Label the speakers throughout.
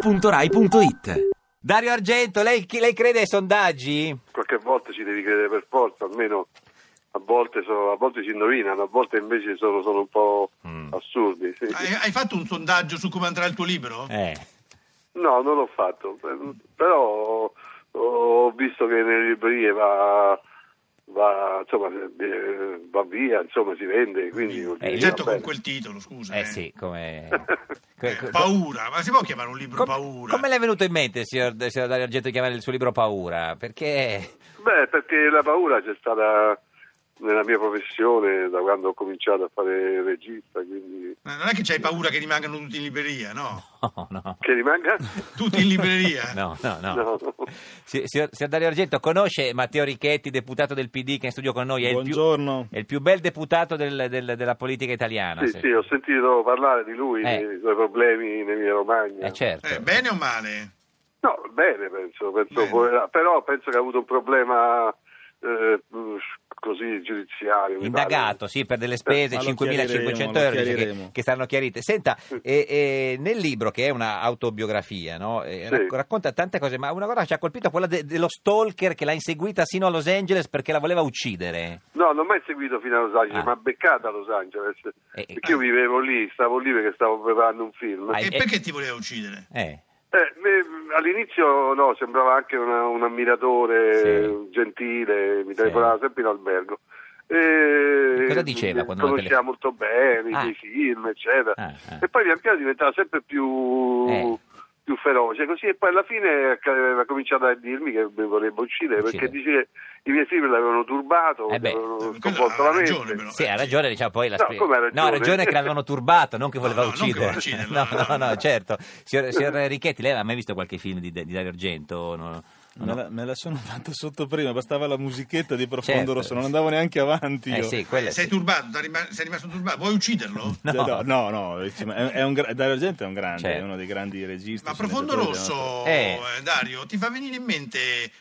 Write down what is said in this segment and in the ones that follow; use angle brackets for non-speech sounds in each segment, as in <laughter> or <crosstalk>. Speaker 1: radio2pod.rai.it
Speaker 2: Dario Argento, lei, chi- lei crede ai sondaggi?
Speaker 3: qualche volta ci devi credere per forza, almeno a volte, so- a volte si indovinano, a volte invece sono, sono un po'
Speaker 2: Mm.
Speaker 3: assurdi. sì.
Speaker 4: Hai, hai fatto un sondaggio su come andrà il tuo libro?
Speaker 2: Eh.
Speaker 3: No, non l'ho fatto, eh, però ho visto che nelle librerie va, va, insomma, eh, va via, insomma, si vende, quindi vuol dire,
Speaker 2: Eh,
Speaker 4: certo
Speaker 3: va
Speaker 4: con
Speaker 3: bene.
Speaker 4: quel titolo, scusa. Eh,
Speaker 2: Eh sì,
Speaker 4: <laughs>
Speaker 2: come... que- que-
Speaker 4: Paura, ma si può chiamare un libro
Speaker 2: com-
Speaker 4: paura?
Speaker 2: Come le è venuto in mente, signor, signor Dario Argento, di chiamare il suo libro Paura? Perché... <laughs>
Speaker 3: Beh, perché la paura c'è stata nella mia professione da quando ho cominciato a fare il regista, quindi
Speaker 4: Ma Eh, Non è che c'hai paura che rimangano tutti in libreria, no?
Speaker 2: No, no.
Speaker 3: che rimanga...
Speaker 4: Tutti in libreria.
Speaker 2: <laughs> No, no, <laughs> no.
Speaker 3: No.
Speaker 2: Si- Signor, signor Dario Argento, conosce Matteo Richetti, deputato del PD che è in studio con noi? È, il più,
Speaker 5: Buongiorno.
Speaker 2: è il più bel deputato del- del- della politica italiana.
Speaker 3: Sì,
Speaker 2: se-
Speaker 3: sì, ho sentito parlare di lui,
Speaker 2: Ah, Eh.
Speaker 3: dei suoi problemi nei miei romagni.
Speaker 2: Eh, certo.
Speaker 4: Eh, bene o male?
Speaker 3: No, bene, penso, penso
Speaker 4: Bene.
Speaker 3: povera- però penso che ha avuto un problema eh, così giudiziario. mi
Speaker 2: Indagato, sì, per delle spese,
Speaker 5: Ma lo
Speaker 2: 5.500
Speaker 5: chiariremo,
Speaker 2: euro
Speaker 5: lo
Speaker 2: dice che,
Speaker 5: chiariremo.
Speaker 2: che saranno chiarite. Senta, eh, eh, nel libro, che è un'autobiografia, no? Eh,
Speaker 3: Sì.
Speaker 2: rac- racconta tante cose, ma una cosa che ci ha colpito è quella de- dello stalker che l'ha inseguita sino a Los Angeles perché la voleva uccidere.
Speaker 3: pare. No, non ho mai seguito fino a Los Angeles,
Speaker 2: Ah.
Speaker 3: ma beccata a Los Angeles.
Speaker 2: Eh,
Speaker 3: perché io vivevo lì, stavo lì perché stavo preparando un film.
Speaker 2: Ah,
Speaker 4: E
Speaker 2: eh,
Speaker 4: perché ti voleva uccidere?
Speaker 2: Eh,
Speaker 3: Eh, me- all'inizio no, sembrava anche una- un ammiratore
Speaker 2: Sì.
Speaker 3: gentile, mi
Speaker 2: Sì.
Speaker 3: telefonava sempre in albergo. E
Speaker 2: Cosa diceva
Speaker 3: mi
Speaker 2: quando la
Speaker 3: conosceva
Speaker 2: telefon-
Speaker 3: molto bene,
Speaker 2: Ah.
Speaker 3: i film, eccetera.
Speaker 2: Ah, ah.
Speaker 3: E poi pian piano diventava sempre più,
Speaker 2: Eh.
Speaker 3: più feroce, così e poi alla fine acc- ha cominciato a dirmi che mi voleva uccidere, perché
Speaker 2: Uccidere.
Speaker 3: dice che i miei film l'avevano turbato,
Speaker 2: Eh beh.
Speaker 3: l'avevano
Speaker 4: Quello
Speaker 3: sconvolto
Speaker 4: ha
Speaker 3: la
Speaker 4: ragione,
Speaker 3: mente.
Speaker 4: però.
Speaker 2: sì, ha ragione, diciamo, poi la
Speaker 3: No,
Speaker 2: spe-
Speaker 3: come ha
Speaker 2: No, ha ragione
Speaker 3: ragione
Speaker 2: che l'avevano turbato, non che voleva
Speaker 4: No, no, non che
Speaker 2: uccidere.
Speaker 4: voleva
Speaker 2: <laughs>
Speaker 4: uccidere,
Speaker 2: no, no,
Speaker 4: no,
Speaker 2: no,
Speaker 4: no.
Speaker 2: certo. Signor, signor Richetti, lei ha mai visto qualche film di, di Dario Argento? No,
Speaker 5: Me la, me la sono <laughs> fatta sotto prima, bastava la musichetta di Profondo
Speaker 2: Certo.
Speaker 5: Rosso, non andavo neanche avanti.
Speaker 2: Eh
Speaker 5: io.
Speaker 2: sì, quella
Speaker 4: Sei
Speaker 2: sì.
Speaker 4: turbato, t'ha rima- sei rimasto turbato, vuoi
Speaker 2: <laughs>
Speaker 4: ucciderlo?
Speaker 5: No, Cioè, no, no, dici, ma è, è un gra- Dario Argento è un grande,
Speaker 2: Certo.
Speaker 5: è uno dei grandi registi.
Speaker 4: Ma Profondo
Speaker 5: sceneggiatori della
Speaker 4: Rosso,
Speaker 2: Eh.
Speaker 4: eh, Dario, ti fa venire in mente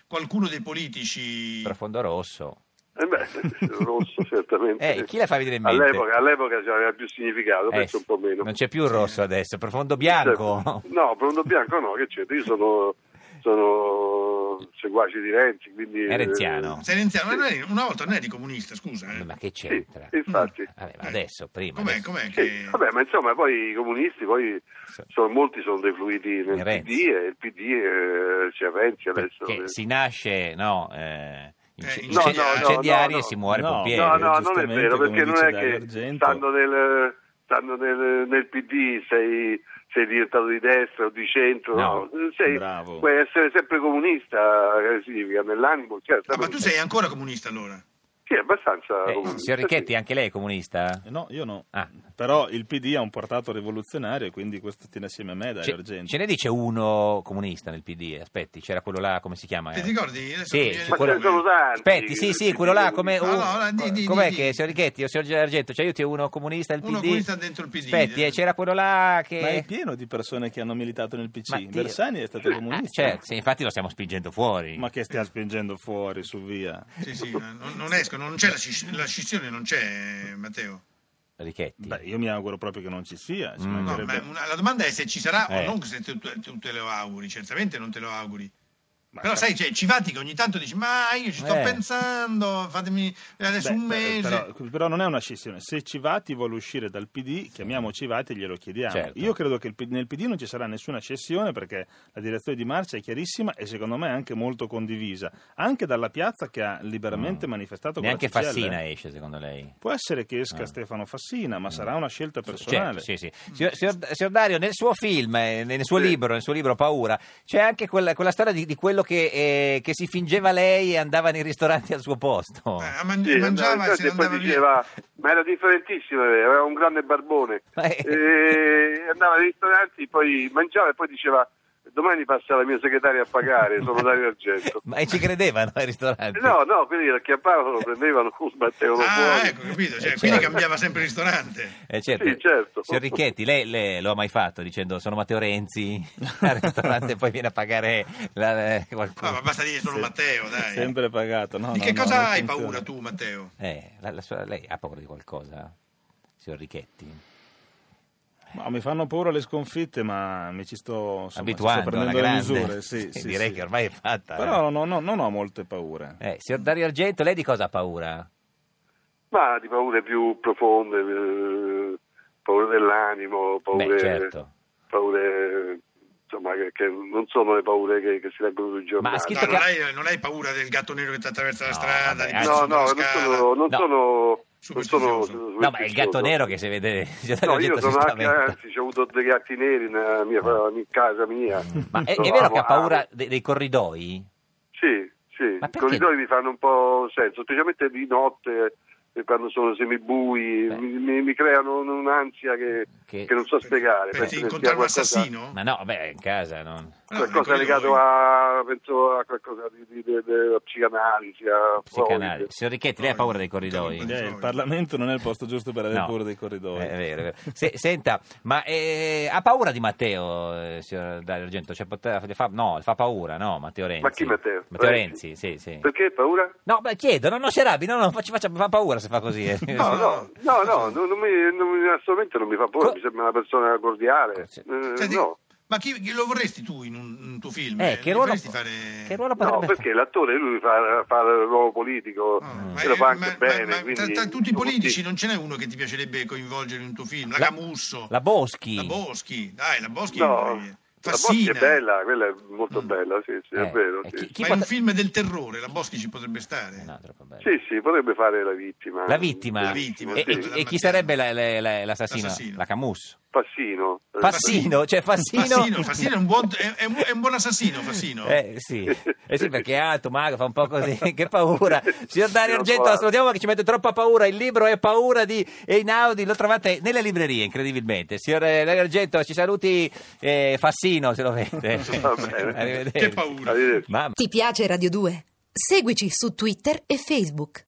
Speaker 4: qualcuno dei politici?
Speaker 2: Profondo rosso.
Speaker 3: Eh beh, <laughs> rosso certamente.
Speaker 2: Eh, chi la fa vedere in mente?
Speaker 3: All'epoca, all'epoca c'aveva più significato,
Speaker 2: Eh,
Speaker 3: penso un po' meno. certo.
Speaker 2: Non c'è più il rosso adesso, profondo bianco.
Speaker 3: No, Profondo Bianco no, che c'entra? Io sono, sono seguace di Renzi, quindi...
Speaker 2: È renziano.
Speaker 4: Sei renziano, ma non eri- una volta non eri comunista, scusa. eh.
Speaker 2: Ma che
Speaker 3: Sì,
Speaker 2: c'entra? Mm.
Speaker 3: infatti.
Speaker 2: Vabbè, ma adesso, prima.
Speaker 4: Com'è,
Speaker 2: adesso.
Speaker 4: com'è
Speaker 3: Sì,
Speaker 4: che...
Speaker 3: vabbè, ma insomma, poi i comunisti, poi sono- molti sono defluiti nel
Speaker 2: In Renzi.
Speaker 3: PD e il PD eh, c'è Renzi adesso. eh.
Speaker 2: Perché si nasce, no, eh, ince-
Speaker 4: Eh,
Speaker 2: ince-
Speaker 3: no, no, no,
Speaker 2: incendiari
Speaker 3: no,
Speaker 2: e
Speaker 3: no.
Speaker 2: si muore
Speaker 5: No,
Speaker 2: pompieri.
Speaker 3: No, no, non è
Speaker 5: giustamente,
Speaker 3: vero,
Speaker 5: come
Speaker 3: perché non
Speaker 5: dice
Speaker 3: è
Speaker 5: Dario
Speaker 3: che
Speaker 5: Argento.
Speaker 3: stando nel, stando nel, nel PD sei, sei diventato di destra o di centro,
Speaker 2: No,
Speaker 3: no, sei,
Speaker 5: bravo.
Speaker 3: puoi essere sempre comunista, che significa nell'animo, certo.
Speaker 4: Ah, ma tu sei ancora comunista allora?
Speaker 3: Sì, abbastanza
Speaker 2: Eh,
Speaker 3: comunista,
Speaker 2: signor Richetti, anche lei è comunista?
Speaker 5: No, io no.
Speaker 2: Ah.
Speaker 5: Però il PD ha un portato rivoluzionario, quindi questo tiene assieme a me Dario
Speaker 2: Ce,
Speaker 5: Argento.
Speaker 2: ce ne dice uno comunista nel PD, aspetti, c'era quello là, come si chiama?
Speaker 4: Ti
Speaker 2: eh?
Speaker 4: ricordi? Adesso
Speaker 2: Sì,
Speaker 4: mi viene
Speaker 2: su
Speaker 3: Ma
Speaker 4: il
Speaker 2: quello-
Speaker 3: ce ne sono
Speaker 4: nome.
Speaker 3: tanti.
Speaker 2: Aspetti, sì, sì, quello là, come...
Speaker 4: No,
Speaker 2: un-
Speaker 4: Ah, no, no, di- di-
Speaker 2: com'è
Speaker 4: di-
Speaker 2: che, signor Richetti o signor cioè Argento, ci aiuti uno comunista del PD?
Speaker 4: Uno comunista dentro il PD.
Speaker 2: Aspetti, eh, c'era quello là che...
Speaker 5: Ma è pieno di persone che hanno militato nel PC.
Speaker 2: Ma Dio.
Speaker 5: Bersani è stato
Speaker 2: Ah,
Speaker 5: comunista.
Speaker 2: certo, sì, infatti lo stiamo spingendo fuori.
Speaker 5: Ma che stia spingendo fuori, su via.
Speaker 4: Sì, sì, non, non esco, non c'è la, scis- la scissione, non c'è, Matteo.
Speaker 2: Richetti.
Speaker 5: Beh, io mi auguro proprio che non ci sia. ci
Speaker 2: Mm.
Speaker 4: No,
Speaker 5: mancherebbe-
Speaker 4: ma una- la domanda è se ci sarà
Speaker 2: Eh.
Speaker 4: o non, se tu, tu te lo auguri, certamente non te lo auguri.
Speaker 5: Ma
Speaker 4: Però sai, cioè, ci vatti che ogni tanto dici, ma io ci sto
Speaker 2: Eh.
Speaker 4: pensando, fatemi adesso
Speaker 5: Beh,
Speaker 4: un mese. Eh,
Speaker 5: Però, però non è una scissione. Se Civati vuole uscire dal PD, chiamiamo Civati e glielo chiediamo.
Speaker 2: Certo.
Speaker 5: Io credo che il P- nel PD non ci sarà nessuna scissione perché la direzione di marcia è chiarissima e secondo me anche molto condivisa, anche dalla piazza che ha liberamente manifestato con la
Speaker 2: Mm. Neanche
Speaker 5: CGIL.
Speaker 2: Fassina esce, secondo lei?
Speaker 5: Può essere che esca
Speaker 2: Ah.
Speaker 5: Stefano Fassina, ma sarà una scelta personale.
Speaker 2: Certo, sì, sì. Signor, signor- signor Dario, nel suo film, eh, nel suo
Speaker 3: Sì.
Speaker 2: libro, nel suo libro Paura, c'è anche quella, quella storia di, di quello che, eh, che si fingeva lei e andava nei ristoranti al suo posto.
Speaker 4: Eh, a man-
Speaker 3: Sì,
Speaker 4: mangiava
Speaker 3: andava in
Speaker 4: e se
Speaker 3: classe
Speaker 4: ne
Speaker 3: e
Speaker 4: andava
Speaker 3: poi
Speaker 4: via.
Speaker 3: diceva, ma era differentissimo, eh, aveva un grande barbone.
Speaker 2: Eh.
Speaker 3: E andava ai ristoranti, poi mangiava e poi diceva, domani passa la mia segretaria a pagare,
Speaker 2: <laughs>
Speaker 3: sono Dario Argento.
Speaker 2: Ma ci credevano ai ristoranti?
Speaker 3: Eh, No, no, quindi lo chiappavano, lo prendevano, lo sbattevano
Speaker 4: Ah,
Speaker 3: fuori.
Speaker 4: ecco, capito,
Speaker 2: Eh,
Speaker 4: cioè,
Speaker 2: certo.
Speaker 4: quindi cambiava sempre il ristorante.
Speaker 2: Eh, certo.
Speaker 3: Sì, certo.
Speaker 2: Signor Ricchetti, lei, lei lo ha mai fatto dicendo sono Matteo
Speaker 5: <laughs>
Speaker 2: Renzi al ristorante e poi viene a pagare la- eh,
Speaker 3: Ah,
Speaker 4: No, ma
Speaker 2: qualcuno?
Speaker 4: basta dire sono
Speaker 5: Se-
Speaker 4: Matteo, dai.
Speaker 5: Sempre pagato. No,
Speaker 4: di
Speaker 5: no,
Speaker 4: che
Speaker 5: no,
Speaker 4: cosa
Speaker 5: non
Speaker 4: hai
Speaker 5: funziona.
Speaker 4: paura tu, Matteo?
Speaker 2: Eh, la- la sua- lei ha paura di qualcosa, signor Ricchetti?
Speaker 5: Ma mi fanno paura le sconfitte, ma mi ci sto, insomma, ci sto
Speaker 2: abituando alla
Speaker 5: prendendo le
Speaker 2: grande. <laughs>
Speaker 5: misure. Sì, sì,
Speaker 2: direi
Speaker 5: sì.
Speaker 2: che ormai è fatta.
Speaker 5: Però no, no, non ho molte paure.
Speaker 2: eh. Eh, signor Dario Argento, lei di cosa ha paura?
Speaker 3: Ma di paure più profonde, eh, paure dell'animo, paure,
Speaker 2: Beh, certo.
Speaker 3: paure, insomma, che, che non sono le paure che, che si leggono sui giornali.
Speaker 2: ha scritto
Speaker 4: No,
Speaker 2: Chitto
Speaker 4: non,
Speaker 2: ca-
Speaker 4: hai, non hai paura del gatto nero che ti attraversa la
Speaker 2: No,
Speaker 4: strada?
Speaker 2: vabbè,
Speaker 4: di
Speaker 2: eh,
Speaker 3: No,
Speaker 4: pezzi
Speaker 3: no, non
Speaker 4: sulla scala?
Speaker 3: sono... Non
Speaker 2: No.
Speaker 3: sono non sono
Speaker 4: Superstizioso.
Speaker 2: No, ma è il gatto
Speaker 3: superstizioso.
Speaker 2: nero che se vede <laughs> signor Dario
Speaker 3: No, io
Speaker 2: Argento si
Speaker 3: sono anche,
Speaker 2: spaventa.
Speaker 3: anzi, ho avuto dei gatti neri nella mia in casa mia.
Speaker 2: Oh. Ma è, è
Speaker 3: Sono
Speaker 2: vero che ha
Speaker 3: amaro.
Speaker 2: paura de- dei, corridoi?
Speaker 3: Sì, sì,
Speaker 2: Ma
Speaker 3: i
Speaker 2: perché?
Speaker 3: corridoi mi fanno un po' senso, specialmente di notte, eh, quando sono semibui,
Speaker 2: Beh.
Speaker 3: mi, mi- mi creano un- un'ansia che,
Speaker 2: Eh. Che-
Speaker 3: che non so spiegare.
Speaker 4: Per
Speaker 3: penso che sia
Speaker 4: incontrare un
Speaker 3: qualcosa-
Speaker 4: assassino?
Speaker 2: Ma no, beh, in casa non...
Speaker 4: No,
Speaker 3: Qualcosa
Speaker 4: nei
Speaker 3: legato
Speaker 4: corridoi.
Speaker 3: a, penso a qualcosa di, di, di- della psicanalisi, a
Speaker 2: Psicanali.
Speaker 3: Freud.
Speaker 2: Signor Ricchetti, lei ha paura dei corridoi?
Speaker 4: Corridoi.
Speaker 5: Eh, il Parlamento non è il posto giusto per avere
Speaker 2: No.
Speaker 5: paura dei corridoi.
Speaker 2: Eh, È vero, è vero. Se- senta, ma eh, ha paura di Matteo, eh, signor Dario Argento? Cioè, pote- le fa, no, le fa paura, no, Matteo Renzi.
Speaker 3: Ma chi Matteo? Eh,
Speaker 2: Matteo
Speaker 3: Renzi?
Speaker 2: Renzi, sì, sì.
Speaker 3: Perché paura?
Speaker 2: No, ma chiedo, non, non si arrabbi, no, no, fa- ci faccia, fa paura se fa così. eh.
Speaker 3: No, no, no, no, non, non mi, non mi- assolutamente non mi fa paura,
Speaker 2: Co-
Speaker 3: mi sembra una persona cordiale.
Speaker 2: Sì.
Speaker 3: Eh,
Speaker 4: Senti,
Speaker 3: no.
Speaker 4: Ma chi, chi lo vorresti tu in un, in un tuo film?
Speaker 2: Eh, che
Speaker 4: Lo
Speaker 2: ruolo,
Speaker 4: vorresti fare...
Speaker 2: che ruolo
Speaker 3: No,
Speaker 2: potrebbe
Speaker 3: perché l'attore lui fa, fa l'uomo politico,
Speaker 4: Ah,
Speaker 2: Mm.
Speaker 3: e lo fa anche bene.
Speaker 4: ma- ma tra-
Speaker 3: quindi-
Speaker 4: tra, tutti i politici non ce n'è uno che ti piacerebbe coinvolgere in un tuo film? La,
Speaker 2: La-
Speaker 4: Camusso,
Speaker 2: La Boschi. Eh,
Speaker 4: la Boschi, dai, la Boschi
Speaker 3: No,
Speaker 4: è-
Speaker 3: la Boschi
Speaker 4: eh, Fassina.
Speaker 3: è bella, quella è molto
Speaker 4: Mm.
Speaker 3: bella, sì, sì,
Speaker 2: Eh,
Speaker 3: è vero.
Speaker 2: e
Speaker 3: Sì.
Speaker 2: chi- chi
Speaker 4: Ma
Speaker 2: potre-
Speaker 4: in un film del terrore, la Boschi ci potrebbe stare.
Speaker 2: Eh, no, troppo bello.
Speaker 3: sì, sì, potrebbe fare la vittima. Eh,
Speaker 2: La vittima.
Speaker 4: La vittima,
Speaker 2: E,
Speaker 4: sì,
Speaker 2: e-
Speaker 4: la
Speaker 2: e chi
Speaker 4: Mattiano.
Speaker 2: sarebbe la- la- la- l'assassino?
Speaker 4: L'assassino.
Speaker 2: La Camus.
Speaker 3: Fassino. Eh,
Speaker 2: Fassino, cioè Fassino.
Speaker 4: Fassino, Fassino è, un buon, è- è un- è un buon assassino, Fassino.
Speaker 2: Eh sì,
Speaker 3: <laughs>
Speaker 2: Eh, sì, perché è alto, magro, fa un po' così, che paura. Signor Dario
Speaker 3: Sì,
Speaker 2: Argento,
Speaker 3: guarda.
Speaker 2: la salutiamo che ci mette troppa paura, il libro è Paura di Einaudi, lo trovate nelle librerie incredibilmente. Signor eh, Dario Argento, ci saluti eh, Fassino se lo vede.
Speaker 3: <laughs> Va bene.
Speaker 2: <laughs> Arrivederci.
Speaker 4: Che paura.
Speaker 3: Arrivederci.
Speaker 2: Mamma
Speaker 1: Ti piace Radio 2? Seguici su Twitter e Facebook.